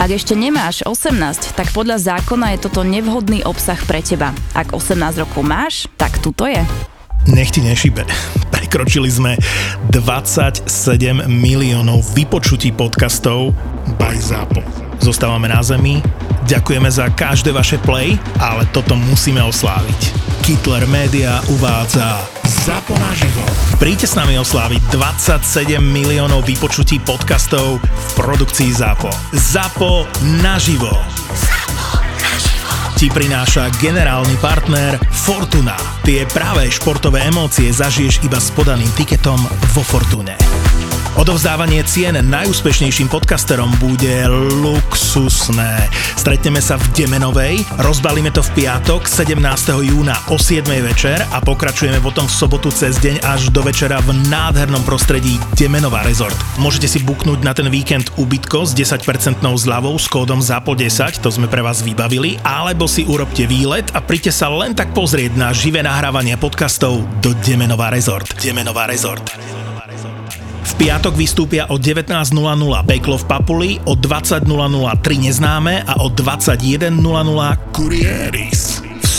Ak ešte nemáš 18, tak podľa zákona je toto nevhodný obsah pre teba. Ak 18 rokov máš, tak tuto je. Nech ti nešibe. Prekročili sme 27 miliónov vypočutí podcastov by Zapo. Zostávame na zemi, ďakujeme za každé vaše play, ale toto musíme osláviť. Hitler Media uvádza Zapo na živo. Príďte s nami osláviť 27 miliónov vypočutí podcastov v produkcii Zapo. Zapo na živo. Ti prináša generálny partner Fortuna. Tie práve športové emócie zažiješ iba s podaným tiketom vo Fortune. Odovzdávanie cien najúspešnejším podcasterom bude luxusné. Stretneme sa v Demenovej, rozbalíme to v piatok 17. júna o 7. večer a pokračujeme potom v sobotu cez deň až do večera v nádhernom prostredí Demenová rezort. Môžete si buknúť na ten víkend ubytko s 10% zľavou s kódom ZAPO10, to sme pre vás vybavili, alebo si urobte výlet a príďte sa len tak pozrieť na živé nahrávanie podcastov do Demenová rezort. Demenová rezort. V piatok vystúpia o 19.00 Peklo v Papuli, o 20.00 Tri neznáme a o 21.00 Kurieris. V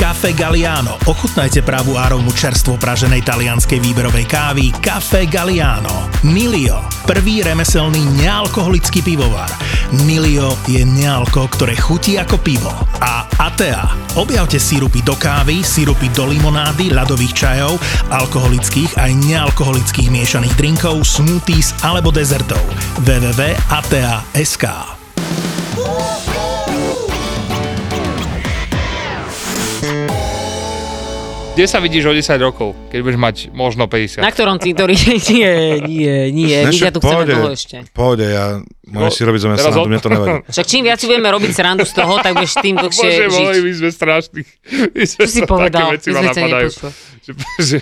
Cafe Galliano. Ochutnajte pravú áromu čerstvo praženej talianskej výberovej kávy Cafe Galliano. Nilio. Prvý remeselný nealkoholický pivovar. Nilio je nealko, ktoré chutí ako pivo. A Atea. Objavte sírupy do kávy, sírupy do limonády, ľadových čajov, alkoholických aj nealkoholických miešaných drinkov, smoothies alebo dezertov. www.atea.sk Kde sa vidíš o 10 rokov, keď budeš mať možno 50? Na ktorom cintoríne? Nie, nie, nie. My Našak, ťa tu chceme dlho ešte. No pohode, ja môžem No, si robiť zo mňa teraz srandu, od- mne to nevadí. Však čím viac si budeme robiť srandu z toho, tak budeš tým dlhšie Bože môj, žiť. my sme strašní. My sme Čo si sa- povedal? Také veci ma My sme ťa napadajú. nepočuli. Že, že,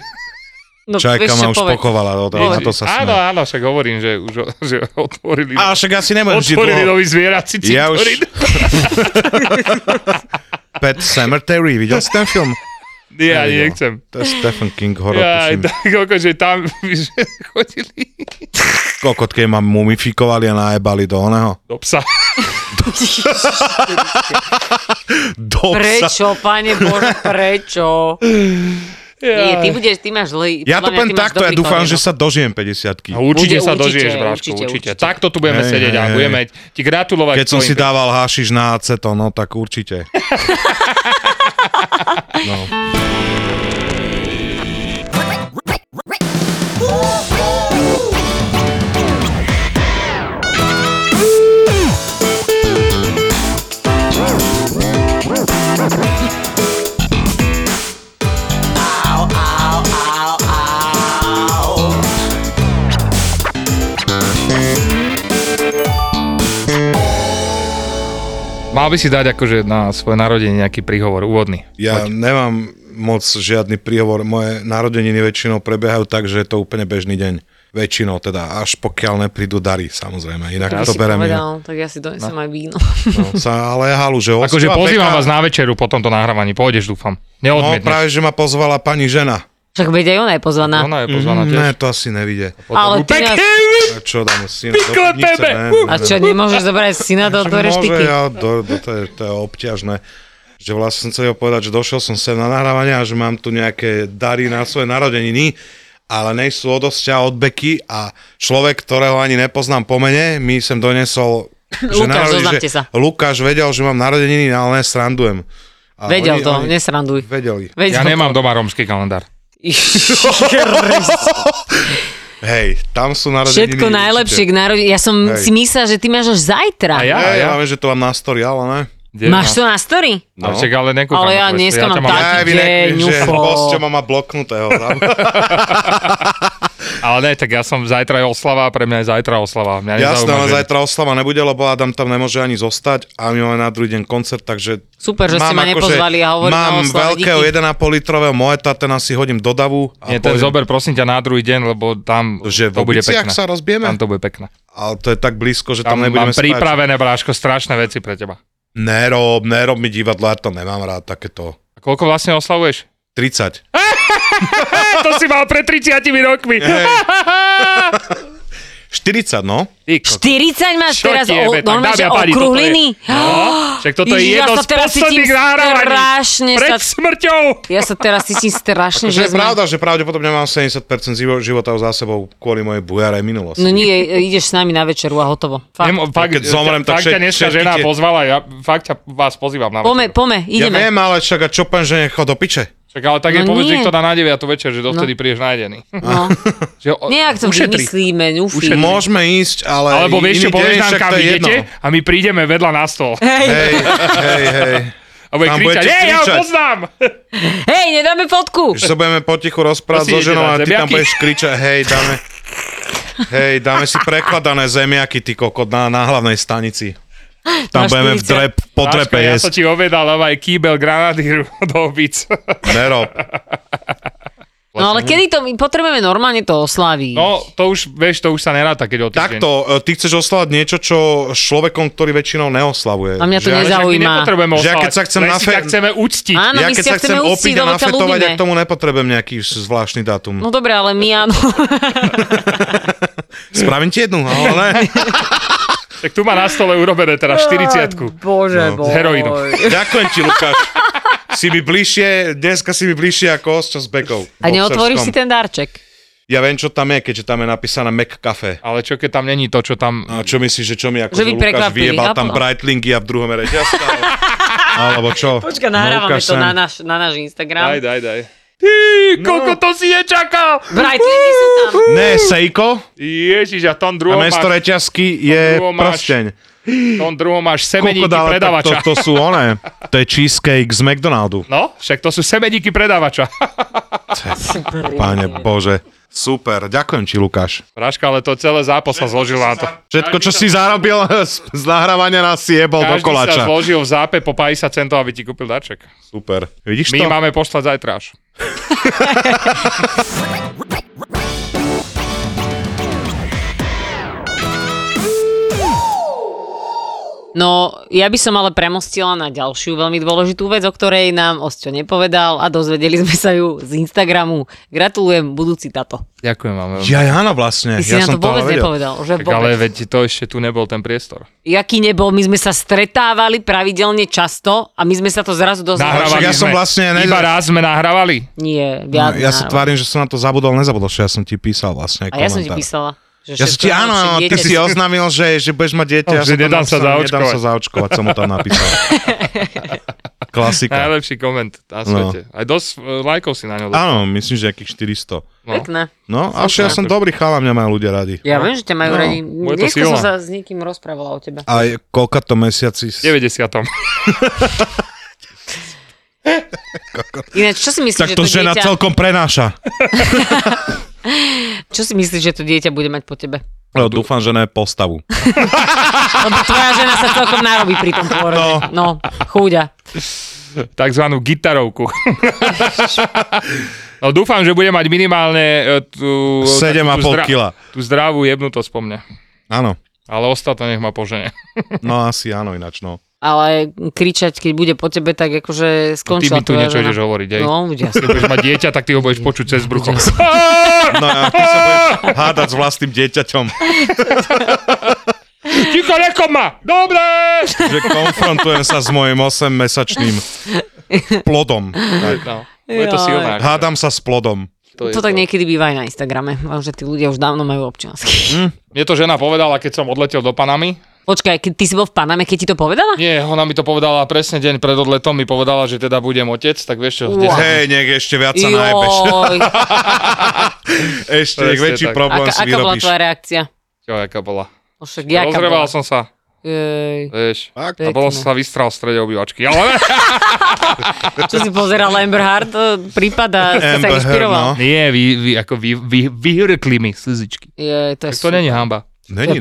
No, Čajka vieš, ma čo už povedať? pokovala, o to, na to sa áno, sme. áno, však hovorím, že už o- že otvorili, A však asi nebudem žiť otvorili dlho. nový zvierací Ja už... cintorín. Pet Sematary, videl si ten film? Nie, ja Nevidel. nechcem. To je Stephen King horor, Ja, tuším. tak ako, že tam že chodili Kokot, keď ma mumifikovali a najebali do oného. do psa. Do psa. Prečo, pane Bože, prečo? Nie, ty budeš, ty máš zlý. Ja podľa mňa to poviem ty máš takto, ja dobrý dúfam, korienok. že sa dožijem A 50 určite Bude- sa určite, dožiješ, Bráško, určite, určite, určite. určite. Takto tu budeme Hej, sedieť a hej, budeme ti gratulovať. Keď som tvojim si dával hašiš na aceto, no tak určite. No. Mal by si dať akože na svoje narodenie nejaký príhovor úvodný. Ja nemám moc žiadny príhovor. Moje narodeniny väčšinou prebiehajú tak, že je to úplne bežný deň. Väčšinou teda, až pokiaľ neprídu dary, samozrejme. Inak Ty to si berem. povedal, inak. tak ja si donesem aj víno. No, sa, ale halu, že Akože hostová pozývam peka- vás na večeru po tomto nahrávaní, pôjdeš dúfam. No Neodmietneš. práve, že ma pozvala pani žena. Však veď aj ona je pozvaná. Ona je pozvaná Mm, tiež. Ne, to asi nevidie. Ale ty nás... A čo dáme syna? do Pikle pivnice? tebe! Ne, A ne, čo, ne. nemôžeš zobrať syna do Však dvere Môže, štyky? ja, do, do, to, je, to je obťažné. Že vlastne som chcel povedať, že došiel som sem na nahrávanie a že mám tu nejaké dary na svoje narodeniny, ale nejsú od osťa, od Beky a človek, ktorého ani nepoznám po mene, mi sem donesol Lukáš, zoznamte že sa. Lukáš vedel, že mám narodeniny, ale ne srandujem. A Vedel oni- to, oni- nesranduj. Vedeli. Vedel Ja to. nemám doma rómsky kalendár. Hej, tam sú narodeniny. Všetko určite. najlepšie k narodení. Ja som Hej. si myslela, že ty máš až A zajtra. ja? Hej, ja viem, že to mám na story, ale ne. Kde Máš to na story? No. No. Však, ale nekúkam. Ale na ja tvoje dneska story, ja mám ťa tak- Ja, vy deň, nekryž, že ufo. Bosťo ma má bloknutého. tam. Ale ne, tak ja som zajtra je oslava, pre mňa je zajtra oslava. Mňa Jasné, nezaujíma, ale že- zajtra oslava nebude, lebo Adam tam nemôže ani zostať a my máme na druhý deň koncert, takže... Super, že ste ma akože- nepozvali a hovorím Mám o oslave, veľkého díky. 1,5 litrového moeta, ten asi hodím do davu. A Nie, ten pôjdem. zober prosím ťa na druhý deň, lebo tam Že to v bude pekné. Obiciach sa rozbijeme? Tam to bude pekné. Ale to je tak blízko, že Tam, tam tam, nebudeme mám spať. pripravené, Bráško, strašné veci pre teba. Nerob, nerob mi divadlo, ja to nemám rád, takéto. A koľko vlastne oslavuješ? 30. to si mal pred 30 rokmi. 40, no. Ty, kokos. 40 máš Čo teraz ti jebe, o, tak normálne, dámy že a páni, toto je- okrúhliny? No, však toto je Ježiš, jedno ja sa z teraz cítim posledných nahrávaní. strašne Pred sa- smrťou. Ja sa teraz cítim strašne, Akože Že že je sme... pravda, že pravdepodobne mám 70% zivo- života za sebou kvôli mojej bujarej minulosti. No nie, ideš s nami na večeru a hotovo. Fakt. Nemo, fakt, keď zomrem, tak fakt ťa všet- dneska všetky žena tie- pozvala, ja fakt ťa vás pozývam na Pome, večeru. pome, ja ideme. viem, ale však a čo pán, že nechal do piče? Čak, ale tak je No povedz nie. niekto na na 9 večer, že dovtedy prídeš nájdený. No. Že o- Nejak to ušetri. vymyslíme, ňufi. Môžeme ísť, ale Alebo vieš čo, iný povieš deň, nám, však kam to je jedno. idete a my prídeme vedľa na stôl. Hej, hej, hej. A bude Tam kričať, budete hej, ja ho kričať." poznám! Hej, nedáme fotku! Že sa budeme potichu To si rozprávať so ide ženou na a ty tam zemiaky. budeš kričať, hej, dáme... Hej, dáme si prekladané zemiaky, ty kokot, na, na hlavnej stanici. Na Tam budeme v 40. drep, po Láško, drepe ja jesť. som ti ovedal, aj kýbel granadíru do obic. Nerob. No ale kedy to, my potrebujeme normálne to oslaviť. vlastne. No, to už, vieš, to už sa neráta, keď o týždeň. Takto, e, ty chceš oslavať niečo, čo s človekom, ktorý väčšinou neoslavuje. A mňa to Že ja- Však my nezaujíma. nepotrebujeme Že ja oslavať, keď sa chcem len na si fe- ťa chceme úctiť. Áno, Ja my keď si sa ťa chcem chceme uctiť, opiť a lebo ťa nafetovať, ja ľúbime. k tomu nepotrebujem nejaký zvláštny dátum. No dobre, ale my áno. Spravím ti jednu, ale ne. Tak tu má na stole urobené teraz 40 Bože, No. boj. s heroínom. Ďakujem ti, Lukáš. Si mi bližšie, dneska si mi bližšie ako osťo s bekou. A neotvoríš si ten darček. Ja viem, čo tam je, keďže tam je napísané Mac Cafe. Ale čo keď tam není to, čo tam... A čo myslíš, že čo mi ako Že by Lukáš prekvapili, vyjebal chápem. tam Breitlingy a v druhom reťazka? ale- Alebo čo? No, Počka, nahrávame ukáž to sa. na náš, na náš Instagram. No, daj, daj. Ty, No. koľko to si nečakal! Brightlingy sú tam. Ne, Seiko, Ježiš, a tom a druhom máš, mesto reťazky je druhom máš prsteň. tom druhom máš semeníky Kokot, ale to, predavača. to sú one. To je cheesecake z McDonaldu. No, však to sú semeníky predavača. Páne Bože. Super, ďakujem ti, Lukáš. Práška, ale to celé zápo sa zložil na to. Všetko, čo si zarobil z, z nahrávania nás jebol do Každý koláča. sa zložil v zápe po 50 centov, aby ti kúpil darček. Super. Vidíš My to? máme poslať zajtra až. No, ja by som ale premostila na ďalšiu veľmi dôležitú vec, o ktorej nám Osťo nepovedal a dozvedeli sme sa ju z Instagramu. Gratulujem, budúci tato. Ďakujem vám. veľmi. Ja, áno, vlastne. Ty si ja nám som to vôbec ale vedel. nepovedal. Že Tak vôbec. ale veď to ešte tu nebol ten priestor. Jaký nebol, my sme sa stretávali pravidelne často a my sme sa to zrazu dozvedeli. Nahráva- Nahrávali ja som sme. vlastne ne- Iba raz sme nahrávali. Nie, No, viac ja sa nahráva. tvárim, že som na to zabudol, nezabudol, že ja som ti písal vlastne A ja som ti komentár. písala. Že Ja som všetko ti, áno, najlepšie áno, ty dieťa si oznámil, že, že budeš mať dieťa. Že ja som tam nedám sa napísal, Nedám zaočkovať. sa zaočkovať, som mu tam napísal. Klasika. Najlepší koment na svete. Aj dosť e, lajkov si na ňo dostal. Áno, myslím, že nejakých 400. No. Pekné. No, a ja som dobrý chala, mňa majú ľudia radi. Ja viem, že ťa majú No, radi. bude to Dneska sila. som sa s niekým rozprávala o tebe. A koľka to mesiaci... V 90. Ináč, čo si myslíš, že Tak to to žena dieťa, celkom prenáša. čo si myslíš, že to dieťa bude mať po tebe? No, dúfam, že ne postavu. Lebo tvoja žena sa celkom narobí pri tom pôrode. No. no, chúďa. Takzvanú gitarovku. No dúfam, že bude mať minimálne e, tú... Sedem a tú pol zdra- kila. Tú zdravú jebnutosť po mne. Áno. Ale ostatné nech ma požene. No asi áno, ináč no. Ale kričať, keď bude po tebe, tak Ty akože skončila mi tu tvoja niečo žena. ideš hovoriť, hej? No, ľudia. Keď budeš mať dieťa, tak ty ho budeš počuť cez brucho. Ah, No a ty sa budeš hádať s vlastným dieťaťom, Ticho, nekoma! Dobre! že konfrontujem sa s mojim 8-mesačným plodom. Tak. No, bude to Jaj. silné. Hádam sa s plodom. je To tak niekedy býva aj na Instagrame, že tí ľudia už dávno majú občiansky. Mne to žena povedala, keď som odletel do Panamy. Počkaj, keď ty si bol v Paname, keď ti to povedala? Nie, ona mi to povedala presne deň pred odletom, mi povedala, že teda budem otec, tak vieš čo, Wow. wow. Hej, nech ešte viac sa najbeš. Joj, Ešte Presne nech väčší tak. problém aká, si aká bola vyrobíš. tvoja reakcia? čo, aká bola. No Však jaká Rozreval bola? som sa. Jej. Vieš, Fakt? a bolo Pekne. sa vystral v strede obývačky. Ale Čo si pozeral Amber Heard eh, prípad a si sa Amber Heard, inšpiroval? no. nie, vy, vy, ako vy, vy, vyhrkli mi slzičky. Jej, to je Tak to není hamba. Není,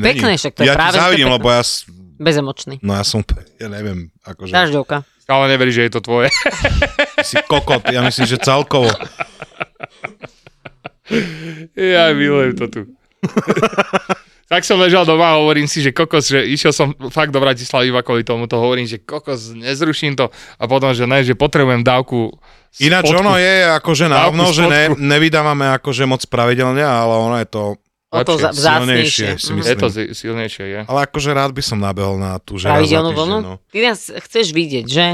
To je pekné, není. však to je ja práve, že to ti je závidím, pekné. lebo ja, s- bezemočný. no ja som, úplne- ja neviem, akože, Dažďovka. Ale neverí, že je to tvoje. ty si kokot, ja myslím, že celkovo. Ja milujem to tu. tak som ležal doma a hovorím si, že kokos, že išiel som fakt do Bratislavy iba kvôli tomu, to hovorím, že kokos, nezruším to a potom, že ne, že potrebujem dávku Ináč spodku. ono je akože Dávku návno, že ne, spodku. nevydávame akože moc pravidelne, ale ono je to O to za- vzácnejšie. lepšie, silnejšie, si Mhm. Je to myslím. zi- silnejšie, je. Ale akože rád by som nabehol na tú, že raz za Pravidelnú týždeň, vlnu? no. Ty nás chceš vidieť, že?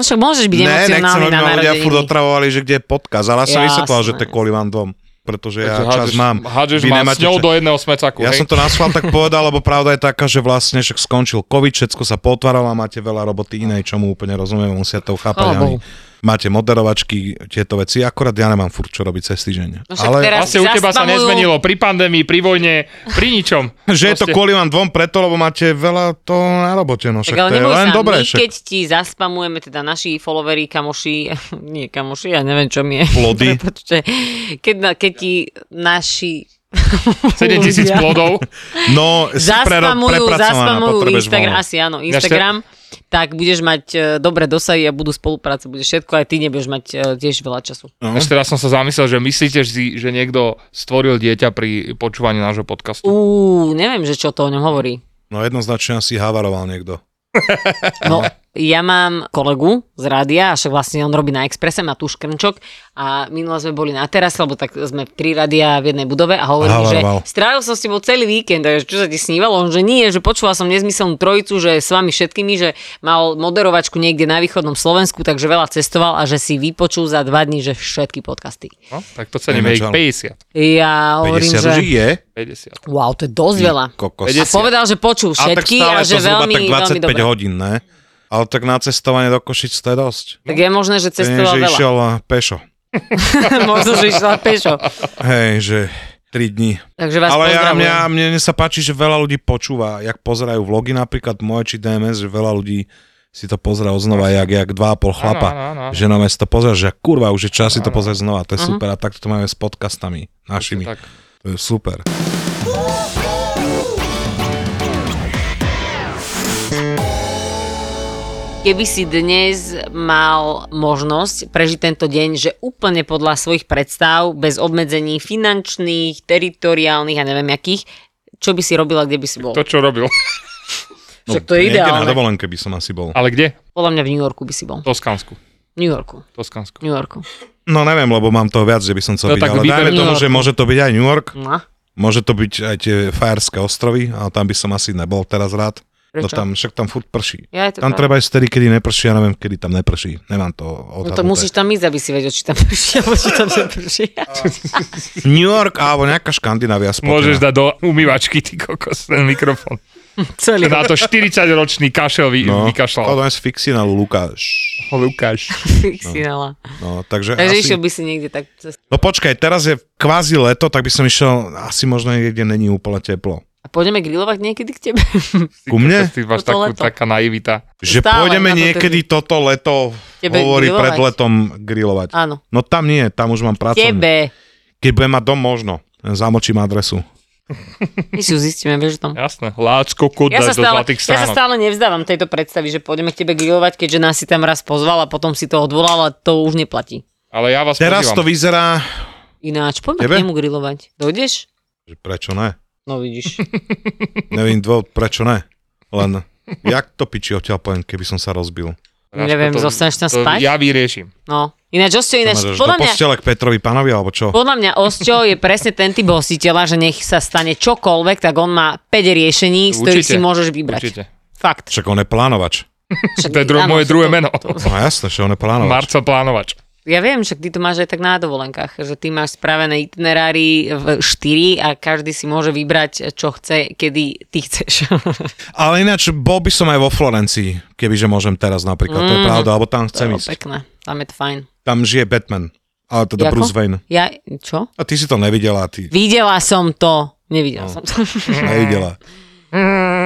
No však môžeš byť Ne, nechcem, emocionálny aby na ma ľudia furt narodeniny. otravovali, že kde je podcast, ale ja som Jasné. vysvetlal, že to je kvôli vám dvom, pretože ja Takže čas hádžeš- mám. Hádžeš Vy ma s nemáte ňou čas. do jedného smecaku, Ja hej? som to na schvál tak povedal, lebo pravda je taká, že vlastne však skončil COVID, všetko sa potváralo a máte veľa roboty inej, čomu úplne rozumiem, musia to chápať Chvála ani. Máte moderovačky, tieto veci, akorát ja nemám furt čo robiť cez týždeň. No však Ale teraz Asi u teba sa zaspamujú- nezmenilo pri pandémii, pri vojne, pri ničom. že je to kvôli vám dvom preto, lebo máte veľa to na robote, no Tak však ale to je neboj len sa, dobré. my Však. keď ti zaspamujeme, teda naši followery, kamoši, nie kamoši, ja neviem, čo mi je. Plody. Prepačte. Keď, na- keď ti naši 7000 ľudia plodov. No, si prero- Zaspamujú, prepracovaná, zaspamujú potrebuješ Instagram, voľno. asi áno, Instagram, tak budeš mať e, dobré dosahy a budú spolupráce, bude všetko, aj ty nebudeš mať e, tiež veľa času. No. Až teraz som sa zamyslel, že myslíte si, že niekto stvoril dieťa pri počúvaní nášho podcastu. Uú, neviem, že čo to o ňom hovorí. No jednoznačne asi havaroval niekto. No, ja mám kolegu z rádia, a však vlastne on robí na Expresse, má tu škrnčok a minule sme boli na terase, lebo tak sme tri rádia v jednej budove a hovorí, mi, že Havaroval. strávil som s tebou celý víkend, a ja, že čo sa ti snívalo? On, že nie, že počúval som nezmyselnú trojicu, že s vami všetkými, že mal moderovačku niekde na východnom Slovensku, takže veľa cestoval a že si vypočul za dva dní, že všetky podcasty. No, tak to ceníme ich Neviem, čo, ale- 50. Ja hovorím, 50 že... už ich je? 50. Wow, to je dosť veľa. Kokos. A povedal, že počul Hm. A tak všetky stále a, je to že zhruba veľmi, tak veľmi 25 dobre. hodín, ne? Ale tak na cestovanie do Košic to je dosť. Tak je možné, že To nie, cestoval že veľa. išiel a pešo. možno, že išla pešo. Hej, že 3 dní. Takže vás Ale ja, pozdravujem. mňa, mne sa páči, že veľa ľudí počúva, jak pozerajú vlogy napríklad moje či DMS, že veľa ľudí si to pozera znova, jak, jak 2,5 chlapa. Áno, áno, áno. Že na mesto pozera, že kurva, už je čas si to pozrieť znova, to je Mhm. super. A takto to máme s podcastami našimi. Tak. To je super. Keby si dnes mal možnosť prežiť tento deň, že úplne podľa svojich predstav, bez obmedzení finančných, teritoriálnych a neviem akých, čo by si robila, kde by si bol? To, čo robil. Však to je No, niekde na ideálne. dovolenke by som asi bol. Ale kde? Podľa mňa v New Yorku by si bol. V Toskansku. New Yorku. V Toskansku. New Yorku. No neviem, lebo mám toho viac, že by som chcel No byť, tak ale vyber dajme New tomu, York. že môže to byť aj New York, No, môže to byť aj tie Fajerské ostrovy, ale tam by som asi nebol teraz rád. No prečo? tam, však tam furt prší. Ja je to Tam pravda. treba ísť vtedy, kedy neprší, ja neviem, kedy tam neprší. Nemám to No odhadnuté. tak musíš tam ísť, aby si vedel, či tam prší, alebo či tam neprší. New York alebo nejaká Škandinávia teda. spotená. Môžeš dať do umývačky, ty kokos, ten mikrofón. Celý. Na to 40-ročný kašel vy, no, vykašľal. to je z Fixina Lukáš. Lukáš. Fixinala. No, takže Takže asi... išiel by si niekde tak cez... No počkaj, teraz je kvázi leto, tak by som išiel, asi možno niekde není úplne teplo. A pôjdeme grilovať niekedy k tebe? Ku mne? Ty máš Toto takú, leto. taká naivita. Že Stále pôjdeme na to niekedy toto leto, Tebe hovorí pred grilovať? letom grilovať. Áno. No tam nie, tam už mám prácu. Tebe. Keď budem mať dom, možno. Zamočím adresu. My si ju zistíme, vieš o tom. Jasné. Lácko, kod, Ja sa, do stále, zlatých ja sa stránok. stále nevzdávam tejto predstavy, že pôjdeme k tebe grilovať, keďže nás si tam raz pozval a potom si to odvolal a to už neplatí. Ale ja vás Teraz to podívam. vyzerá... Ináč, poďme Tebe? k nemu grilovať. Dojdeš? Že Prečo ne? No vidíš. Nevím dôvod, prečo ne. Len, jak to piči odtiaľ poviem, keby som sa rozbil. Teraz Neviem, toto- zostaneš tam to spať? Ja vyriešim. No. Ináč, Osťo, Čo ma ináč, dáš do podľa mňa, postele k Petrovi Panovi, alebo čo? podľa mňa Osťo je presne ten typ hostiteľa, že nech sa stane čokoľvek, tak on má 5 riešení, z ktorých Určite. si môžeš vybrať. Určite. Fakt. Však on je plánovač. Však, To je dru- áno, moje sú druhé to- meno. No jasné, že on je plánovač. Marco Plánovač. Ja viem, však ty to máš aj tak na dovolenkách, že ty máš spravené itinerári v 4 a každý si môže vybrať, čo chce, kedy ty chceš. Ale ináč bol by som aj vo Florencii, kebyže môžem teraz napríklad. To je pravda, alebo tam chcem Mm. To je ísť. pekné, tam je to fajn. Tam žije Batman. Ale teda Jako? Bruce Wayne. Ja, čo? A ty si to nevidela, ty No. Videla som to. Nevidela som to. nevidela.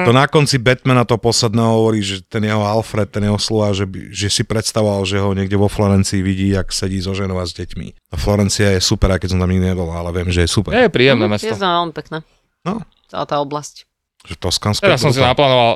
To na konci Batmana to posledného hovorí, že ten jeho Alfred, ten jeho slova, že, by- že si predstavoval, že ho niekde vo Florencii vidí, jak sedí so ženou a s deťmi. A Florencia je super, aj keď som tam nikdy nebol, ale viem, že je super. Je príjemné mesto. Je to veľmi pekné. No. Celá tá oblasť. Že Toskansko Teraz som je si brutál. naplánoval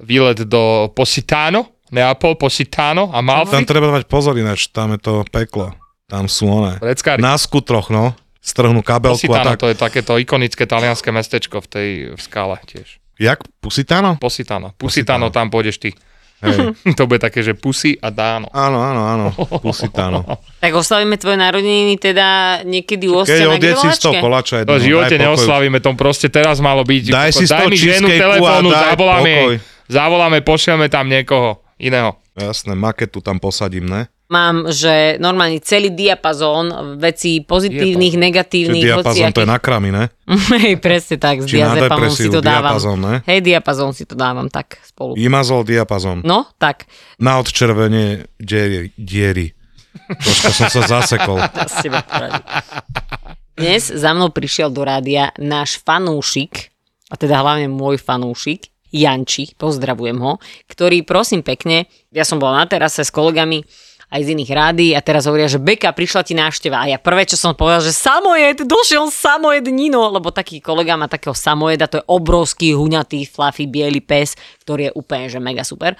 výlet do Positano, Neapol, Positano a Tam Malfi. treba dať pozor ináč, tam je to peklo. Tam sú one. Vreckári. Na skutroch, no. Strhnú kabelku a Positano, tak. to je takéto ikonické talianské mestečko v tej v skále tiež. Jak? Pusitano? Positano. Pusitano, tam pôjdeš ty. Hej. To bude také, že pusy a dáno. Áno, áno, áno. Pusitano. Tak oslavíme tvoje narodeniny teda niekedy u Keď osťa na odjed si z toho grilovačke. koláča jedného, To v živote No, daj pokoj. neoslavíme, tom proste teraz malo byť. Daj si z daj toho mi ženu cheesecakeu a telefónu, daj zavoláme, jej. pokoj. zavoláme, pošleme tam niekoho iného. Jasné, maketu tam posadím, ne? Mám, že normálne celý diapazón vecí pozitívnych, Čiže negatívnych, diapazon, to je hociakých. na kramy, ne? Hej, presne tak, s Či na diazepamom si depresiu, to dávam. diapazon, ne? Hej, diapazón si to dávam tak spolu. Imazol diapazon. No, tak. Na odčervenie diery. diery. Troška som sa zasekol. To s teba poradí. Dnes za mnou prišiel do rádia náš fanúšik, a teda hlavne môj fanúšik, Janči, pozdravujem ho, ktorý prosím pekne, ja som bola na terase s kolegami aj z iných rádií a teraz hovoria, že Beka, prišla ti návšteva a ja prvé, čo som povedal, že Samojed, došiel Samojed Nino, lebo taký kolega má takého Samojeda, to je obrovský, huňatý, fluffy, biely pes, ktorý je úplne, že mega super.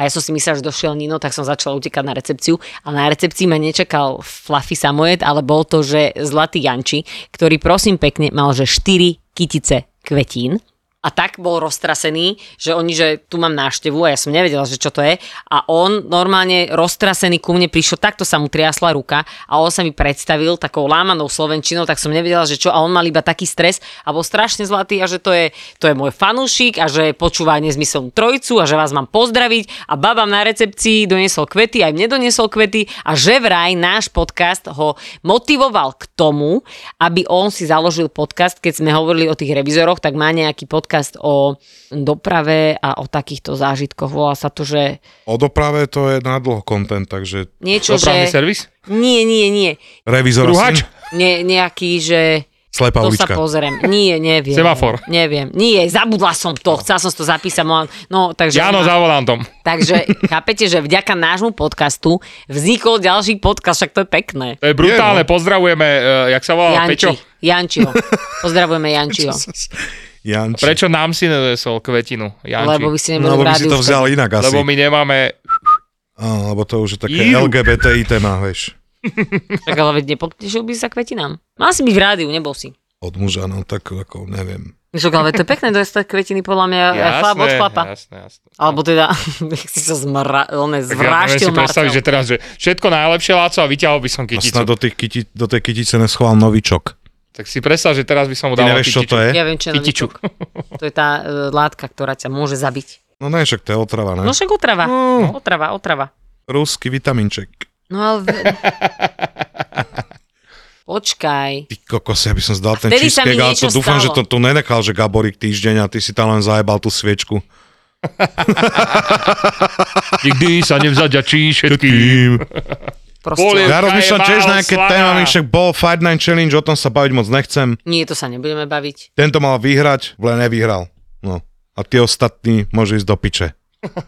A ja som si myslela, že došiel Nino, tak som začala utekať na recepciu a na recepcii ma nečakal fluffy Samojed, ale bol to, že Zlatý Janči, ktorý prosím pekne mal, že 4 kytice kvetín. A tak bol roztrasený, že oni, že tu mám náštevu a ja som nevedela, že čo to je. A on normálne roztrasený ku mne prišiel, takto sa mu triasla ruka a on sa mi predstavil takou lámanou slovenčinou, tak som nevedela, že čo. A on mal iba taký stres a bol strašne zlatý a že to je, to je môj fanúšik a že počúva nezmyselnú trojicu a že vás mám pozdraviť. A babám na recepcii doniesol kvety, aj mne doniesol kvety a že vraj náš podcast ho motivoval k tomu, aby on si založil podcast, keď sme hovorili o tých revizoroch, tak má nejaký podcast o doprave a o takýchto zážitkoch. Volá sa to, že O doprave to je na dlho kontent, takže niečo, Dopravný že... servis? Nie, nie, nie. revizor Ruhač? syn, Nie, nejaký, že... slepá To sa ulička. pozriem. Nie, neviem. Semafor. Neviem. Nie, zabudla som to. Chcela som si to zapísať. mohla- No, takže... Jano za volantom. Takže chápete, že vďaka nášmu podcastu vznikol ďalší podcast, však to je pekné. To je no. brutálne, pozdravujeme, e, jak sa volá Pečo? Janči, Jančiho. Pozdravujeme Jančiho. Janči. Prečo nám si nedesol kvetinu, Janči? Lebo by si neboli No, v lebo by si rádiu. to v vzal inak asi. Lebo my nemáme... Á, lebo to už je také Jú. LGBTI téma, vieš. Tak ale veď nepodpíšil by sa kvetinám. Mal si byť v rádiu, nebol si. Od muža, no tak ako neviem. Však ale to je pekné dostať kvetiny podľa mňa aj E, chlap od chlapa. jasné, jasné. Alebo teda, nech si sa zmra, on je Tak ja neviem zvráštil si predstaviť, že Marcel. teraz, že všetko najlepšie, Láco, a vyťahol by som A kyticu. snad do, tých kyti, do tej kytice neschoval novičok. Tak si predstav, že teraz by som mu Ty dal nevieš, čo to je? Ja viem, čo je Kytiču. novičok. To je tá e, látka, ktorá ťa môže zabiť. No ne, však to je otrava, ne? No však otrava, otrava, otrava. Ruský vitaminček. No ale... ve- Počkaj. Ty kokos, ja by som zdal ten vtedy sa mi cheesecake, ale niečo to dúfam, že stalo. to tu nenechal, že Gaborik týždeň a ty si tam len zajebal tú sviečku. Nikdy sa nevzaďačí všetkým. Proste. Ja Tá rozmýšľam je tiež málo na aké slaná. téma, mi však bol Fight Night Challenge, o tom sa baviť moc nechcem. Nie, to sa nebudeme baviť. Tento mal vyhrať, len nevyhral. No. A tí ostatní môžu ísť do piče.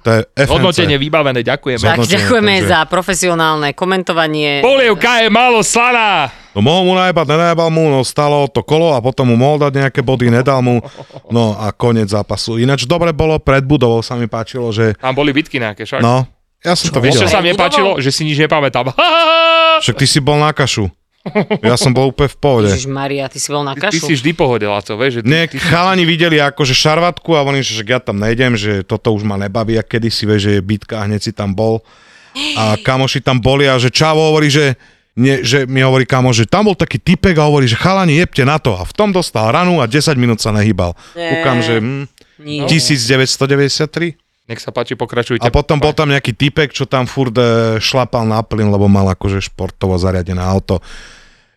To je FNC. Hodnotenie vybavené, ďakujeme. Za- Tak Hodnotenie, ďakujeme takže- za profesionálne komentovanie. Polievka je málo slaná. No mohol mu najebať, nenajebal mu, no stalo to kolo a potom mu mohol dať nejaké body, nedal mu. No a koniec zápasu. Ináč dobre bolo, pred budovou sa mi páčilo, že Tam boli bitky nejaké, však? no, ja som to Vieš, čo videl. sa mne Budovou? páčilo? Že si nič nepamätám. Však ty si bol na kašu. Ja som bol úplne v pohode. Ježiš Maria, ty si bol na Ty, ty si kašu. vždy pohodela, co, vieš? Že ty, Nie, ty, chalani videli akože šarvatku a oni, že že ja tam nejdem, že toto už ma nebaví a kedy si vieš, že je bitka a hneď si tam bol. A kamoši tam boli a že Čavo hovorí, že, nie, že mi hovorí kamo, že tam bol taký typek a hovorí, že chalani jebte na to a v tom dostal ranu a 10 minút sa nehýbal. Kúkam, že hm, no. Nie. 1993 nech sa páči, pokračujte. a potom bol tam nejaký typek, čo tam furt e, šlapal na plyn, lebo mal akože športovo zariadené auto.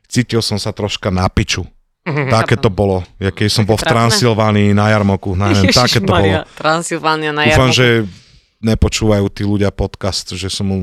Cítil som sa troška na piču. Také to bolo, ja keď som bol v Také trafné. Transylvánii na jarmoku, neviem, také to bolo. Transylvánia na Dúfam, jarmoku. že nepočúvajú tí ľudia podcast, že som mu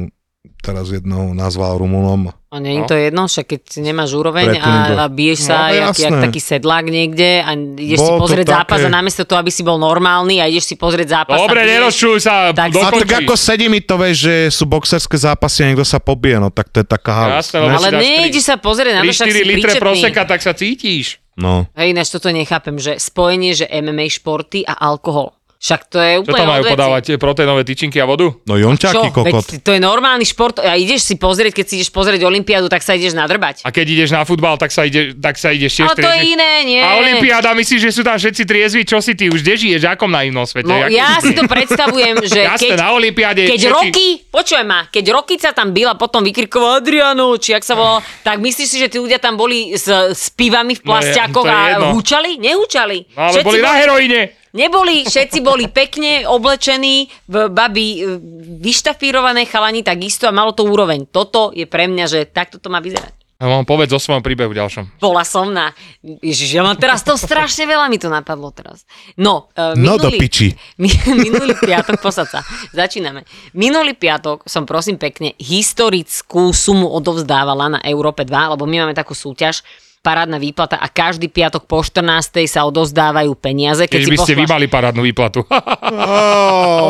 teraz jednou nazval Rumunom. A nie je No. to jedno, však keď nemáš úroveň Pretenduje. a, a biješ sa No, jak, jak jasné. taký sedlák niekde a ideš si Bolo to pozrieť také. zápas a namiesto toho, aby si bol normálny a ideš si pozrieť zápas. Dobre, a budeš- nerozčuj sa, Tak- A tak ako dokončí. sedí mi to, vieš, že sú boxerské zápasy a niekto sa pobije, no tak to je taká halus. Jasné, lebo Ale si dáš nejdeš tri- sa pozrieť na to, No, však si 3-4 litre príčetný. proseka, tak sa cítiš. No. Hej, ináč toto nechápem, že spojenie, že MMA športy a alkohol. Však to je Čo úplne to majú od veci. podávať? tie Proteínové tyčinky a vodu? No Jonťaký Čo? Veď kokot. si- to je normálny šport a ideš si pozrieť, keď si ideš pozrieť Olympiádu, tak sa ideš nadrbať. A keď ideš na futbal, tak sa, ide, tak sa ideš tiež Ale to je triezvy. iné, nie. A Olympiáda, myslíš, že sú tam všetci triezvi? Čo si ty? Už kde žiješ? V Akom naivnom svete? No, Jaký- ja si to predstavujem, že Jasné, keď, na Olympiáde keď všetci- roky, počujem ma, keď roky sa tam bila, potom vykrikoval Adriano, či jak sa volal, tak myslíš si, že tí ľudia tam boli s, s pivami No v je- plastiakoch to je a jedno. húčali? Nehúčali. No, ale Všetci boli na heroíne. Neboli, všetci boli pekne oblečení, v- babi e, vyštafírované chalani takisto a malo to úroveň. Toto je pre mňa, že takto to má vyzerať. A vám No, povedz o svojom príbehu ďalšom. Bola som na... Ježiš, ja mám teraz to strašne veľa, mi to napadlo teraz. No, uh, No do minulý, piči. mi- Minulý piatok, posad sa, začíname. Minulý piatok som prosím pekne historickú sumu odovzdávala na Európe 2, lebo my máme takú súťaž, parádna výplata a každý piatok po 14. sa odovzdávajú peniaze. Keď si by ste pošleš- vy mali parádnu výplatu.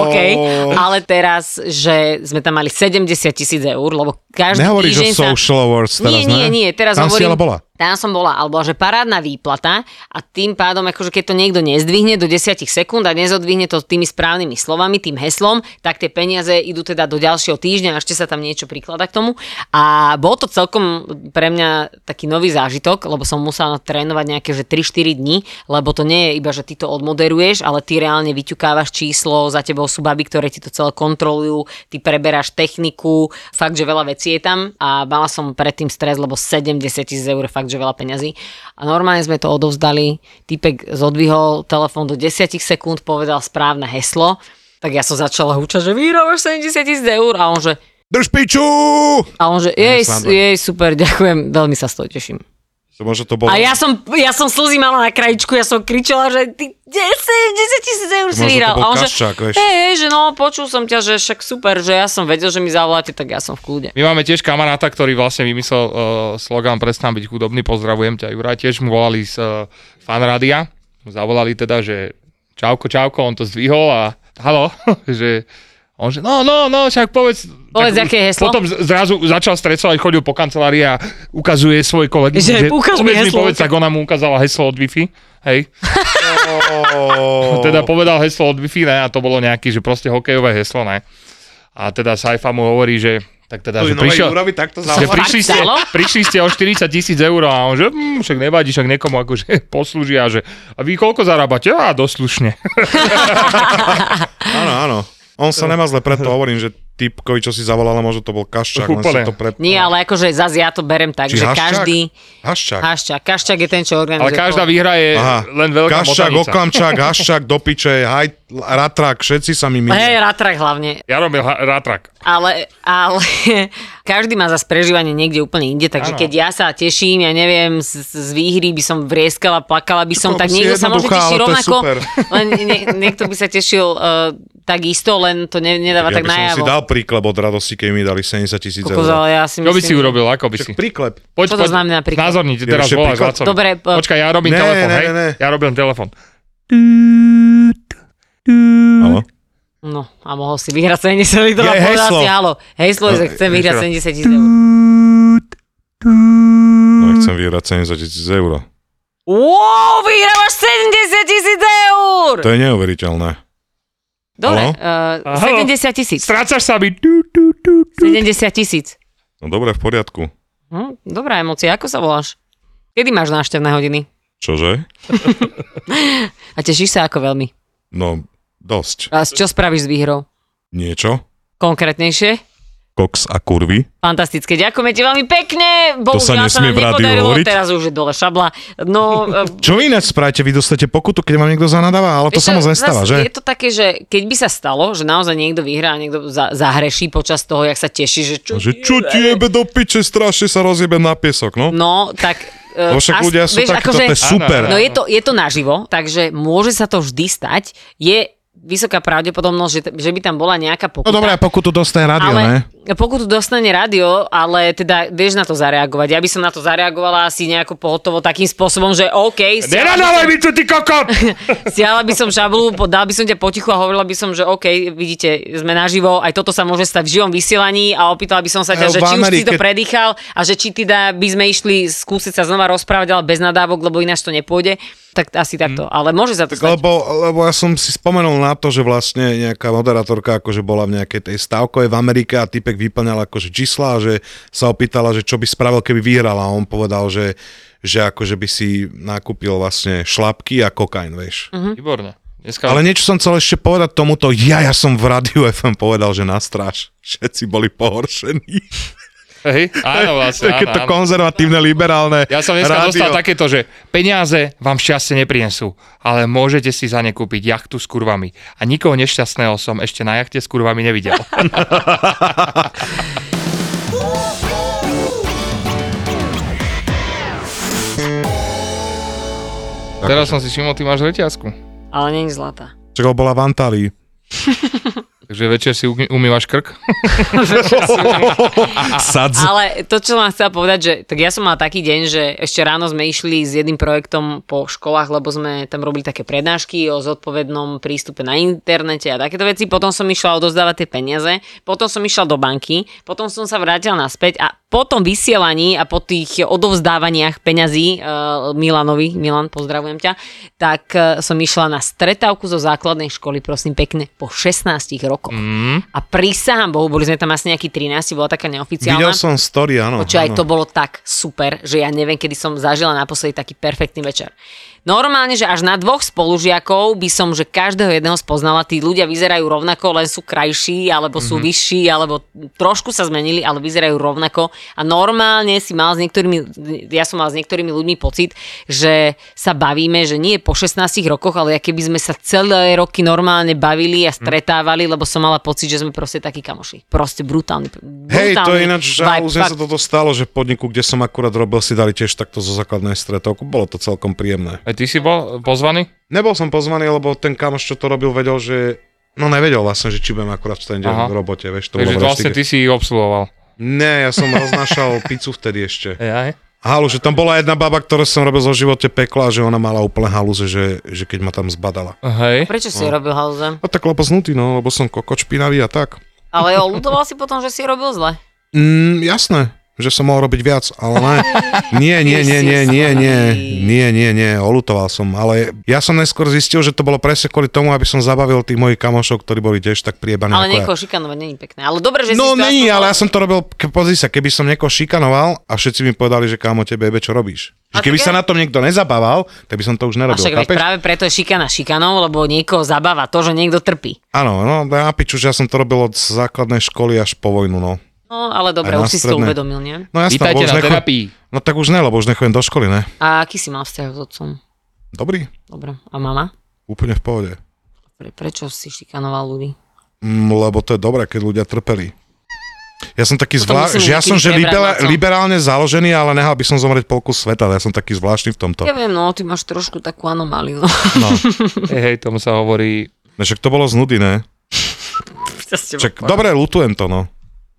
OK, Oh. ale teraz, že sme tam mali 70 tisíc eur, lebo každý Nehovoríš týždeň o social awards sa... teraz, nie, nie, ne? nie, teraz Tam si hovorím... ale bola. Tam som bola, alebo že parádna výplata a tým pádom, akože keď to niekto nezdvihne do 10 sekúnd a nezodvihne to tými správnymi slovami, tým heslom, tak tie peniaze idú teda do ďalšieho týždňa a ešte sa tam niečo priklada k tomu. A bol to celkom pre mňa taký nový zážitok, lebo som musela trénovať nejaké že 3-4 dní, lebo to nie je iba, že ty to odmoderuješ, ale ty reálne vyťukávaš číslo, za tebou sú baby, ktoré ti to celé kontrolujú, ty preberáš techniku, fakt, že veľa vecí je tam a mala som predtým stres, lebo 70 tisíc eur je fakt, že veľa peňazí. A normálne sme to odovzdali, typek zodvihol telefón do 10 sekúnd, povedal správne heslo, tak ja som začala hučať, že vyhrávaš 70 tisíc eur a on že, Drž piču! a on že, jej, slábe. jej, super, ďakujem, veľmi sa z toho teším. To možno to bolo... A ja som, ja som slzy mala na krajičku, ja som kričala, že ty 10, 10 tisíc eur si Možno to vyhral. bol A on že, kaščák, vieš. hej, hej, že no, počul som ťa, že však super, že ja som vedel, že mi zavoláte, tak ja som v kľude. My máme tiež kamaráta, ktorý vlastne vymyslel uh, slogán Prestan byť chudobný, pozdravujem ťa Jura, tiež mu volali z uh, fanrádia, mu zavolali teda, že čauko, čauko, on to zdvihol a halo, že on že no, no, no, však povedz. Povedz, aké je heslo? Potom z- zrazu začal stresovať, chodil po kancelárii a ukazuje svoj kolegy. Že ukáž mi povedz heslo. povedz, tak ona mu ukázala heslo od Wi-Fi, hej. Oh. Teda povedal heslo od Wi-Fi, ne, a to bolo nejaký, že proste hokejové heslo, ne. A teda Saifa mu hovorí, že tak teda, že prišiel, Jurovi takto že prišli, ste, dalo? prišli ste o 40 tisíc eur a on že mm, však nevadí, však niekomu akože poslúži a že a vy koľko zarábate? A doslušne. Áno, áno. On sa nemá zle, preto hovorím, že typkovi, čo si zavolala, možno to bol kaščák, len Úplne. sa to pre... Nie, ale akože zase ja to berem tak, No. Či že haščák? každý... Haščák. Haščák. Haščák je ten, čo Ale organizuje. každá to. výhra je len veľká Kaščák, motanica. oklamčák, haščák, do piče, haj, ratrak, všetci sa mi Hej, milia. Ratrak hlavne. Ja robil ha- rátrak. Ale, ale každý má zase prežívanie niekde úplne inde, takže Áno. keď ja sa teším, ja neviem, z, z výhry by som vrieskala, plakala by som, Komu tak si niekto sa môže jednoduchá, ale tešiť to je rovnako, super. len nie, niekto by sa tešil uh, tak isto, len to ne, nedáva Ja tak, by som si najavo. dal príklep od radosti, keď mi dali 70 tisíc Kokos, eur. ale ja si Čo by myslím, si urobil, ako by si? Čak, príklep. Poď, Čo to znamená príklad? Názornite, Ja teraz ešte voláš príklad? Lacovi. Dobre, eh, po- Počkaj, ja robím Ne, telefon, ne, hej? ne, ne. Ja robím telefon. Áno. No, a mohol si vyhrať 70 litrov a Je povedal heslo. si, halo, heslo je, že chcem vyhrať heslo. 70 tisíc eur. No nechcem vyhrať 70 tisíc eur. Wow, vyhrávaš 70 tisíc eur! To je neuveriteľné. Dobre, A uh, halo. 70 tisíc. Strácaš sa mi. Tu, tu, tu, tu. 70 tisíc. No dobre, v poriadku. Hm, dobrá emócia, ako sa voláš? Kedy máš návštevné hodiny? Čože? A tešíš sa ako veľmi? No, dosť. A s- čo spravíš s výhrou? Niečo? Konkrétnejšie? Koks a kurvy? Fantastické, ďakujeme ti veľmi pekne. sa Bohužiaľ nesmie nám v rádiu nepodarilo, hovoriť. teraz už je dole šabla. No, e, Čo vy ináč spravíte? Vy dostate pokutu, keď vám niekto zanadáva, ale to vieš sa moc čo, nestáva, zas že? Je to také, že keď by sa stalo, že naozaj niekto vyhrá a niekto za- zahreší počas toho, jak sa teší, že čo... No, Že čo ti jebe do piče, strašne sa rozjebe na piesok, no? No, tak... e, Lebo as- však ľudia sú vieš, takto, to je super. No je to, je to naživo, takže môže sa to vždy stať. Je vysoká pravdepodobnosť, že, t- že by tam bola nejaká No pokuta. dobré, a pokutu dostane rádio, ale ne? pokutu dostane rádio, ale teda vieš na to zareagovať. Ja by som na to zareagovala asi nejako pohotovo takým spôsobom, že OK, Neradávaj mi tu, ty kokot! stiahla by som šablu, po- dala by som ťa potichu a hovorila by som, že OK, vidíte, sme naživo, aj toto sa môže stať v živom vysielaní a opýtala by som sa ťa, Aj že či v už si to Amerike- predýchal a že či teda by sme išli skúsiť sa znova rozprávať, ale bez nadávok, lebo ináč to nepôjde. Tak asi takto, ale môže sa to stať. Mm. Lebo, lebo ja som si spomenul na to, že vlastne nejaká moderátorka akože bola v nejakej tej stávkovej v Amerike a typek vyplňal akože čísla a že sa opýtala, že čo by spravil, keby vyhral a on povedal, že, že akože by si nakúpil vlastne šlapky a kokain, vieš. Mhm. Výborné. Dneska... Ale niečo som chcel ešte povedať tomuto. Ja, ja som v Radiu FM povedal, že na stráž. Všetci boli pohoršení. Hej, áno, vlastne, áno, Takéto áno. konzervatívne, liberálne Ja som dneska rádio. dostal takéto, že peniaze vám šťastie neprinesú, ale môžete si za ne kúpiť jachtu s kurvami. A nikoho nešťastného som ešte na jachte s kurvami nevidel. Teraz som si všimol, ty máš reťazku. Ale není zlatá. Čak, lebo bola v Antálii. Takže večer si umi- umývaš krk. Sadz. Ale to, čo vám chcela povedať, že tak ja som mal taký deň, že ešte ráno sme išli s jedným projektom po školách, lebo sme tam robili také prednášky o zodpovednom prístupe na internete a takéto veci. Potom som išla odozdávať tie peniaze, potom som išla do banky, potom som sa vrátila naspäť a po tom vysielaní a po tých odovzdávaniach peňazí uh, Milanovi, Milan, pozdravujem ťa, tak uh, som išla na stretávku zo základnej školy, prosím pekne, po 16 rokoch. Mm. A prísahám Bohu, boli sme tam asi nejakí 13, bola taká neoficiálna. Videl som story, áno. Počúvaj, áno. to bolo tak super, že ja neviem, kedy som zažila naposledy taký perfektný večer. Normálne, že až na dvoch spolužiakov by som, že každého jedného spoznala, tí ľudia vyzerajú rovnako, len sú krajší, alebo sú Mhm. mm-hmm. vyšší, alebo trošku sa zmenili, ale vyzerajú rovnako. A normálne si mal s niektorými, ja som mal s niektorými ľuďmi pocit, že sa bavíme, že nie po 16 rokoch, ale aké by sme sa celé roky normálne bavili Mhm. a stretávali, lebo som mala pocit, že sme proste takí kamoši. Proste brutálny, brutálny Hej, to je ináč, že vibe, už sa fakt. toto stalo, že v podniku, kde som akurát robil, si dali tiež takto zo základnej stretovku. Bolo to celkom príjemné. A ty si bol pozvaný? Nebol som pozvaný, lebo ten kamoš, čo to robil, vedel, že... No nevedel vlastne, že či budem akurát v ten deň Aha. v robote, vieš, to Takže bolo v vlastne reštike. ty si ich obsluhoval. Nie, ja som roznášal pizzu vtedy ešte. Ja, Halu, že tam bola jedna baba, ktorú som robil zo živote pekla, že ona mala úplne halúze, že, že keď ma tam zbadala. Hej. Prečo si No. robil halúze? A tak lebo znutý, no, lebo som kokot špinavý a tak. Ale ľudoval si potom, že si robil zle. Mm, jasné, že som mohol robiť viac, ale ne. Nie, nie, nie, nie, nie, nie, nie, nie, nie, olutoval som, ale ja som neskôr zistil, že to bolo presne kvôli tomu, aby som zabavil tých mojich kamošov, ktorí boli tiež tak priebaní. Ale No, ako ja. niekoho šikanovať není pekné. Ale dobre, že si No to není, aspoň- ale ja som to robil, ke, pozri sa, keby som niekoho šikanoval a všetci mi povedali, že kámo, tebe jebe, čo robíš. Že A keby tak sa je. na tom niekto nezabával, tak by som to už A nerobil. však veď chápeš? práve preto je šikana šikanou, lebo niekoho zabáva to, že niekto trpí. Áno, no, na piču, že ja som to robil od základnej školy až po vojnu, no. No, ale dobre, Aj na už si si to strednej. uvedomil, nie? No jasné, lebo Vítajte už na necho- terapii. No tak už ne, lebo už nechodím do školy, ne? A aký si mal vzťah s otcom? Dobrý, Dobre. A mama? úplne v pohode. Pre, prečo si šikanoval ľudí? Mm, lebo to je dobré, keď ľudia trpeli. Ja som taký Potom zvláštny, musím že ja som že niekým libera- prebrať, no. liberálne založený, ale nehal by som zomrieť polku sveta, ale ja som taký zvláštny v tomto. Ja viem, no, ty máš trošku takú anomáliu. No. Hej, hej, tomu sa hovorí... No, Však to bolo z nudy, ne? Však, dobre, lutujem to, no.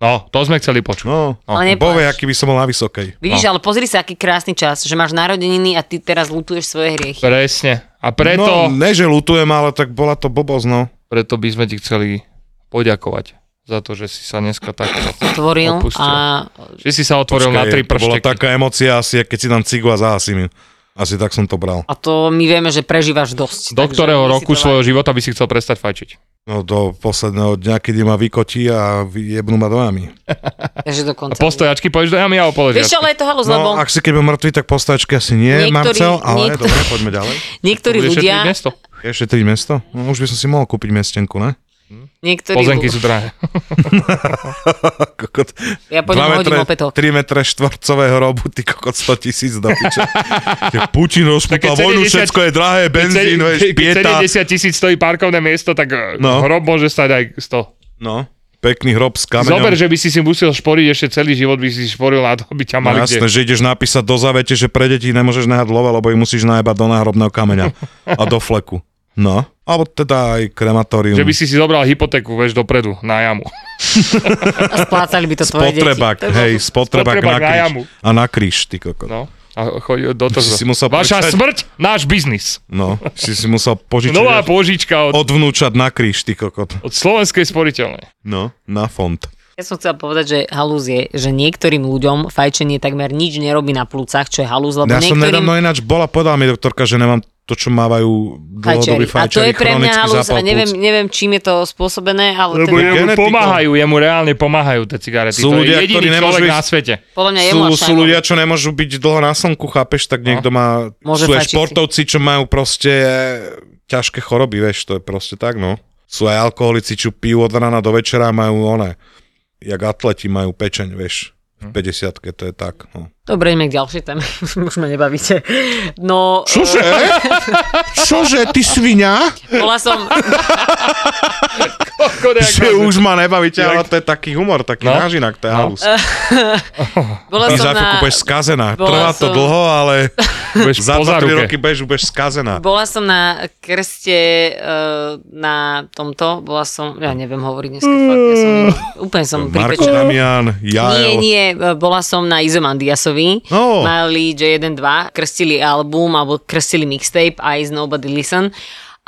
No, to sme chceli počuť. No, no. Ale nepláč. Bove, aký by som bol na vysokej. Vidíš, ale pozri sa, aký krásny čas, že máš narodeniny a ty teraz lutuješ svoje hriechy. Presne. A preto, No, ne, že lutujem, ale tak bola to blbosť, no. preto by sme ti chceli poďakovať za to, že si sa dneska tak... Tvoril Opustil. a Že si sa otvoril na tri to bola pršteky. taká emocia asi, keď si tam cigu a zahasím ju. Asi tak som to bral. A to my vieme, že prežívaš dosť. Do takže ktorého si roku to svojho života by si chcel prestať fajčiť? No do posledného dňa, kedy ma vykotí a jebnú ma do jamy. daj, Takže do A konca. postojačky pôjdeš do jamy alebo Vieš, poležiačky? ale je to halus, lebo No, ak si keby mŕtvy, tak postačky asi nie, Niektorí- Marcel, ale niektorí- dobre, poďme ďalej. niektorí Budeš šetriť ľudia... Miesto. Ešte 3 mesto? No, už by som si mohol kúpiť miestenku, ne? Niektorí Pozemky sú ľu- drahé. Kokot. Ja po ňom hodím opätok. 3 metre štvorcového robu, ty kokot 100 tisíc do piče. Že Putin Tak rozputal keď vojnu, 70 všetko je drahé, Keď benzín, vieš, cen- keď pieta. 70 tisíc stojí parkovné miesto, tak eh, No. hrob môže stať aj 100. No, pekný hrob s kameňom. Zober, že by si si musel šporiť ešte celý život, by si šporil na to, aby ťa No mali jasné, kde. že ideš napísať do zavete, že pre deti nemôžeš nehať lova, lebo ich musíš najebať do náhrobného kameňa a do fleku. No, alebo teda aj krematórium. Že by si si zobral hypotéku, vieš, dopredu, na jamu. A splácali by to tvoje Spotrebák, deti. To je hej, spotrebák, Spotrebák na na kríž. jamu. A na kríž, ty kokot. No, No. A chodí do toho. Si si musel Vaša počkať. smrť, náš biznis. No, si si musel požičať Nová od, pôžička od, od, od vnúčat na kríž, ty kokot. od slovenskej sporiteľnej. No, na fond. Ja som chcela povedať, že halúz je, že niektorým ľuďom fajčenie takmer nič nerobí na plúcach, čo je halúz, lebo ja som niektorým... nedávno ináč bola, povedala mi doktorka, že nemám to, čo mávajú fajčeri. dlhodobí A to fajčeri, je pre mňa chronický halúz zápal a neviem, plúc. neviem, čím je to spôsobené, ale Lebo teda, je- jemu genetikou. pomáhajú, jemu reálne pomáhajú tie cigarety. Sú to ľudia, je jediný ktorí nemôžu človek ísť- na svete. podľa mňa je No. sú, sú ľudia, čo nemôžu byť dlho na slnku, chápeš, tak niekto má, Môže sú aj fajčiť si. športovci, čo majú proste eh, ťažké choroby, vieš, to je proste tak, no. Sú aj alkoholici, čo pijú od rána do večera a majú one, jak atleti majú pečeň, vieš, v 50 to je tak, no. Dobre, ideme k ďalšej téme, už ma nebavíte. No, Čože? Čože, ty svinia? bola som, Že už ma nebavíte, Jak- ale to je taký humor, taký No. nážinak, to je No. halus. bola Ty som za na... budeš skazená. Eh, bola Trvá to som- dlho, ale Budeš za po 2-3 záruke. roky bežu, budeš skazená. Bola som na krste e, na tomto, bola som, ja neviem hovoriť dneska, fakt, ja som, úplne som Marko pripečená. Damian, Nie, Jael. nie, e, bola som na Izomandiasovi, No. mali J1-2, krstili album, alebo krstili mixtape Eyes Nobody Listen.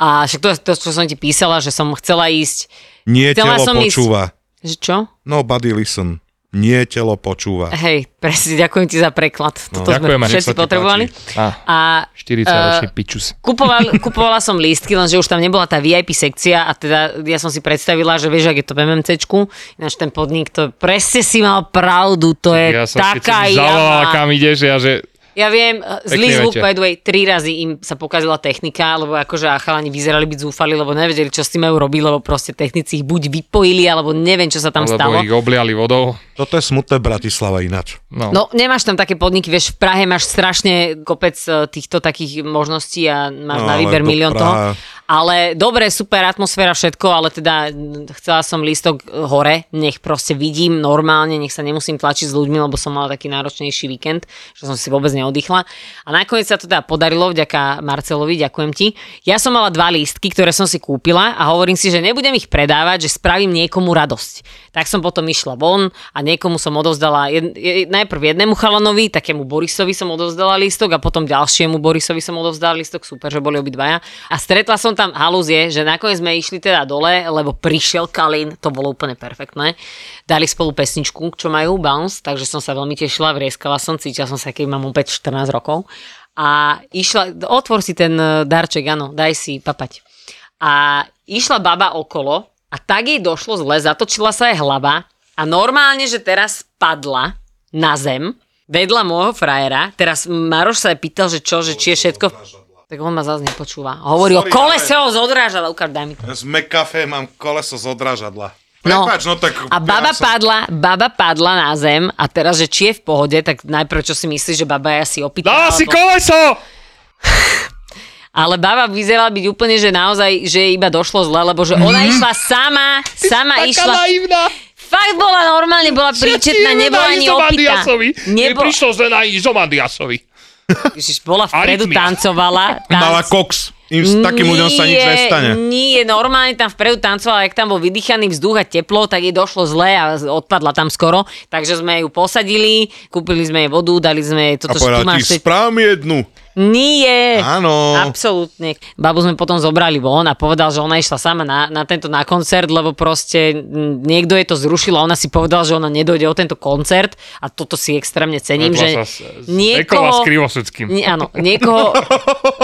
A však to, je to, čo som ti písala, že som chcela ísť, Nie Chcela telo som ísť- počúva. že čo? Nobody listen. Nie telo počúva. Hej, presne, ďakujem ti za preklad. Toto Ďakujeme, sme nech všetci sa ti potrebovali. Á, A 40 ročný pičus. Kupoval, kupovala som lístky, lenže už tam nebola tá VIP sekcia a teda ja som si predstavila, že vieš, ak je to v MMCčku, ináč ten podnik, to presne si mal pravdu, to je Ja som si e, taká zavolala, jama. kam ideš, ja že... Ja viem, e, zlý Pekný zvuk, večer. by the way, tri razy im sa pokazila technika, lebo akože a chalani vyzerali byť zúfali, lebo nevedeli, čo s tým majú robiť, lebo proste technici ich buď vypojili, alebo neviem, čo sa tam stalo. Lebo ich obliali vodou. Toto je smutné Bratislava ináč. No. No, nemáš tam také podniky, vieš, v Prahe máš strašne kopec e, týchto takých možností a máš No, no, na ale výber to milión Praha. toho. Ale dobre, super atmosféra, všetko, ale teda mm, chcela som lístok e, hore, nech proste vidím normálne, nech sa nemusím tlačiť s ľuďmi, lebo som mala taký náročnejší víkend, že som si vôbec neoddychla. A nakoniec sa to teda podarilo, vďaka Marcelovi, ďakujem ti. Ja som mala dva lístky, ktoré som si kúpila a hovorím si, že nebudem ich predávať, že spravím niekomu radosť. Tak som potom išla von a niekomu som odovzdala, jed, je, najprv jednému chalanovi, takému Borisovi som odovzdala lístok a potom ďalšiemu Borisovi som odovzdala lístok, super, že boli obidvaja. A stretla som tam halúzie, že nakoniec sme išli teda dole, lebo prišiel Kalin, to bolo úplne perfektné. Dali spolu pesničku, čo majú, Bounce, takže som sa veľmi tešila, vrieskala som, cítila som sa, keď mám opäť 14 rokov. A išla, otvor si ten e, darček, áno, daj si papať. A išla baba okolo a tak jej došlo zle, zatočila sa jej hlava a normálne, že teraz spadla na zem vedľa môjho frajera. Teraz Maroš sa jej pýtal, že čo, že či je všetko... Tak on ma zase nepočúva. Hovorí o Sorry, kolese ho zodrážala, ukáž, daj mi to. Z McCafe mám koleso z odrážadla. No. Prepáč, no, tak... A baba ja som- padla, baba padla na zem a teraz, že či je v pohode, tak najprv, čo si myslíš, že baba je asi opýtala. Dala si alebo- koleso! Ale baba vyzerala byť úplne, že naozaj, že jej iba došlo zle, lebo že ona išla sama, Mhm. Taká sama išla. naivná. Fakt bola normálne, bola príčetná, nebola ani opitá. Nebo... Nebo... Prišlo zle na Izomandiasovi. Ježiš, bola vpredu, Arytmia. tancovala. Tanc... Mala koks. Im s takým ľuďom sa nič Nie, nestane. Nie, normálne tam vpredu tancovala, jak tam bol vydýchaný vzduch a teplo, tak jej došlo zle a z- odpadla tam skoro. Takže sme ju posadili, kúpili sme jej vodu, dali sme jej A toto, že tu povedala máš... Eh, ti, správam jednu. Nie. Áno. Absolútne. Babu sme potom zobrali von a povedal, že ona išla sama na, na tento na koncert, lebo proste mm, niekto jej to zrušil a ona si povedala, že ona nedojde o tento koncert a toto si extrémne cením, že Stretla sa s- s Beková s Krivosuckým. Nie, áno, niekoho,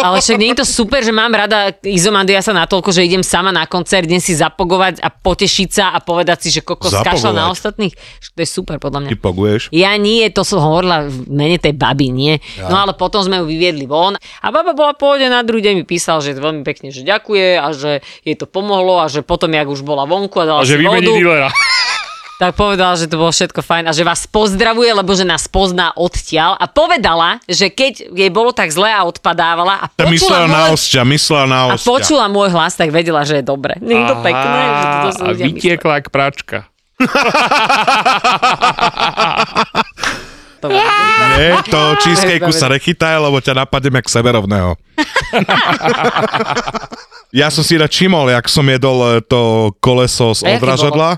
ale však nie je to super, že mám rada Izomandia sa natoľko, že idem sama na koncert, idem si zapogovať a potešiť sa a povedať si, že kokos kašla Zapogovať. na ostatných. To je super podľa mňa. Ty poguješ? Ja nie, to som hovorila v mene tej baby, nie. Ja. No ale potom sme ju vyviedli von a baba bola pôjde na druhý deň mi písal, že veľmi pekne, že ďakuje a že jej to pomohlo a že potom, jak už bola vonku a dala A že si vymení vodu, dílera. tak povedala, že to bolo všetko fajn a že vás pozdravuje, lebo že nás pozná odtiaľ a povedala, že keď jej bolo tak zle a odpadávala a Ta počula, myslela na môj, osťa, myslela na a osťa. počula môj hlas, tak vedela, že je dobre. Nie je to pekné, že toto sa a ľudia myslia. vytiekla jak pračka. To bolo- Nie, to cheesecakeu sa nechytaj, lebo ťa napadnem jak severovného. Ja som si iba čimol, jak som jedol e, to koleso A z aké odražadla.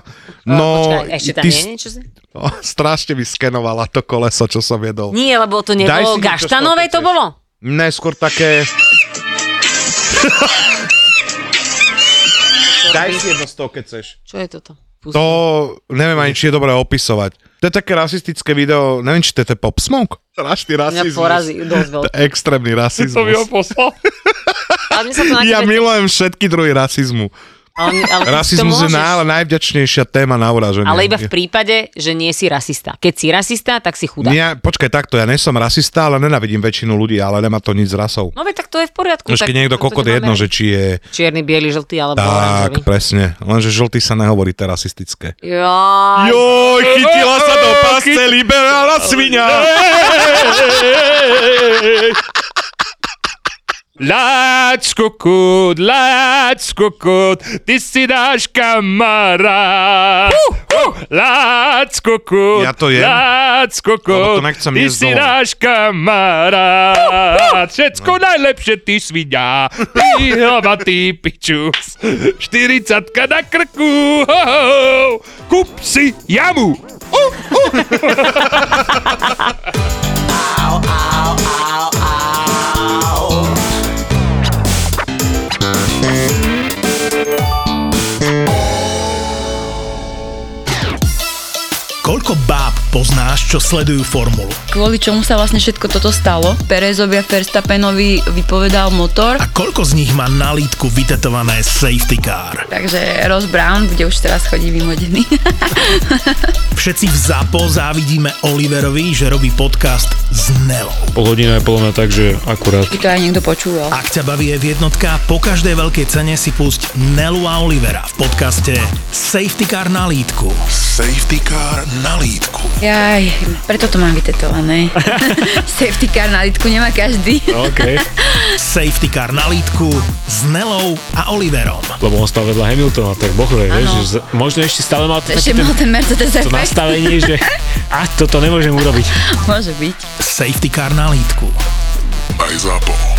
No, Počkaj, ešte tam ty je s- niečo? no, strašne mi skenovala to koleso, čo som jedol. Nie, lebo to Daj nebolo si niečo gaštanové, z toho, keď to chceš. bolo? Ne, skôr také... Daj si jedno z toho, keď chceš. Čo je toto? Pust- To neviem ani, či je dobré opisovať. To je také rasistické video, neviem, či to je ten Pop Smoke. Strašný Mňa rasizmus. porazí dosť To je veľký. To Extrémny mi ho rasizmus. poslal. Ale mne sa to na Ja tebe- milujem všetky druhy rasizmu. ale, ale ty to Rasizmus je môžeš. naj, najvďačnejšia téma na uraženie. Ale iba v prípade, že nie si rasista. Keď si rasista, tak si chudák. Ja, počkaj, takto, ja nesom rasista, ale nenavidím väčšinu ľudí, ale nemá to nič s rasou. No veď tak to je v poriadku. Už tak keď niekto to- to kokot je nemáme jedno, že či je... Čierny, biely, žltý alebo Tak, oranžový. presne. Lenže žltý sa nehovorí, to je rasistické. Joj. Joj, chytila sa do pásce liberálna svinia. Láč kokot, láč kokot, ty si náš kamarát. Uh, uh. Láč kokot, Ja to jem, láč kokot, lebo to nechcem ty jesť si doma. náš kamarát. No. Všetko najlepšie ty svinia, ty hlava, ty pičus. 40 na krku, ho, ho, ho. kúp si jamu. Uh, uh. Koľko báb poznáš, čo sledujú formulu? Kvôli čomu sa vlastne všetko toto stalo? Perezovia Verstappenovi vypovedal motor, A koľko z nich má na lítku vytetované safety car? takže Ross Brown bude už teraz chodí vymodený. Všetci v ZAPO závidíme Oliverovi, že robí podcast s Nelou. Pol hodina je podľa mňa tak, že akurát. Či to aj niekto počúval. Ak ťa baví v jednotka, po každej veľkej cene si pusť Nelu a Olivera v podcaste Safety Car na lítku. Safety car na lítku. Jaj, preto to mám vytetované. Safety car na lítku nemá každý. OK. Safety Car na lítku s Nelou a Oliverom. Lebo on stal vedľa Hamiltona, tak bohle, vieš, Áno. že z- možno ešte stále mal to, taký Ešte ten, mal ten Mercedes to efekt. nastavenie, že a toto nemôžem urobiť. Môže byť. Safety Car na lítku. Aj zápo.